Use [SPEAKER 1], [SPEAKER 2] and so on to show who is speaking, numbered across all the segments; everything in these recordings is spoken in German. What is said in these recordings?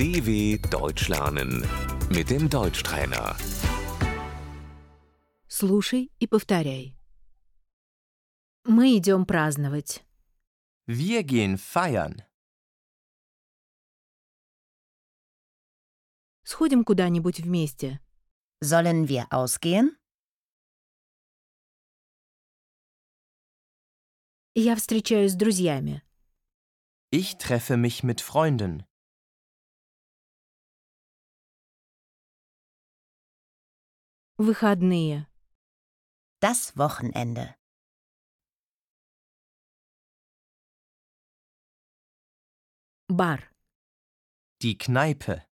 [SPEAKER 1] DW Deutsch lernen mit dem Deutschtrainer.
[SPEAKER 2] Слушай и повторяй. Мы идем праздновать.
[SPEAKER 3] Wir gehen feiern.
[SPEAKER 2] Сходим куда-нибудь вместе.
[SPEAKER 4] Sollen wir ausgehen?
[SPEAKER 2] Я встречаюсь с друзьями.
[SPEAKER 3] Ich treffe mich mit Freunden.
[SPEAKER 2] Выходные.
[SPEAKER 4] Das Wochenende.
[SPEAKER 2] Бар.
[SPEAKER 3] Die Kneipe.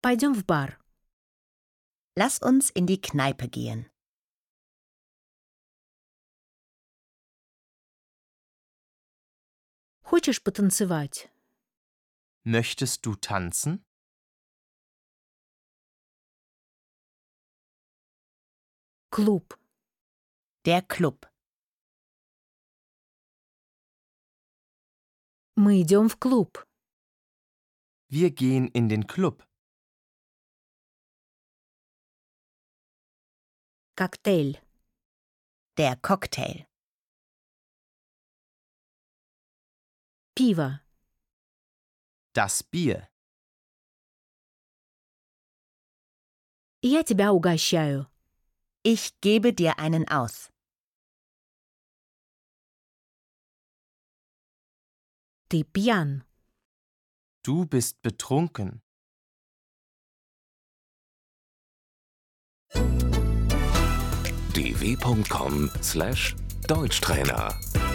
[SPEAKER 2] Пойдем в бар.
[SPEAKER 4] Lass uns in die Kneipe gehen.
[SPEAKER 2] Хочешь потанцевать?
[SPEAKER 3] Möchtest du tanzen?
[SPEAKER 2] Клуб.
[SPEAKER 4] Der Club.
[SPEAKER 2] Мы идем в клуб.
[SPEAKER 3] Wir gehen in den Club.
[SPEAKER 2] Коктейль.
[SPEAKER 4] Der Cocktail.
[SPEAKER 2] Пиво.
[SPEAKER 3] Das Bier.
[SPEAKER 2] Я тебя угощаю.
[SPEAKER 4] Ich gebe dir einen aus.
[SPEAKER 2] Ты пьян.
[SPEAKER 3] Du bist betrunken.
[SPEAKER 1] dw.com/deutschtrainer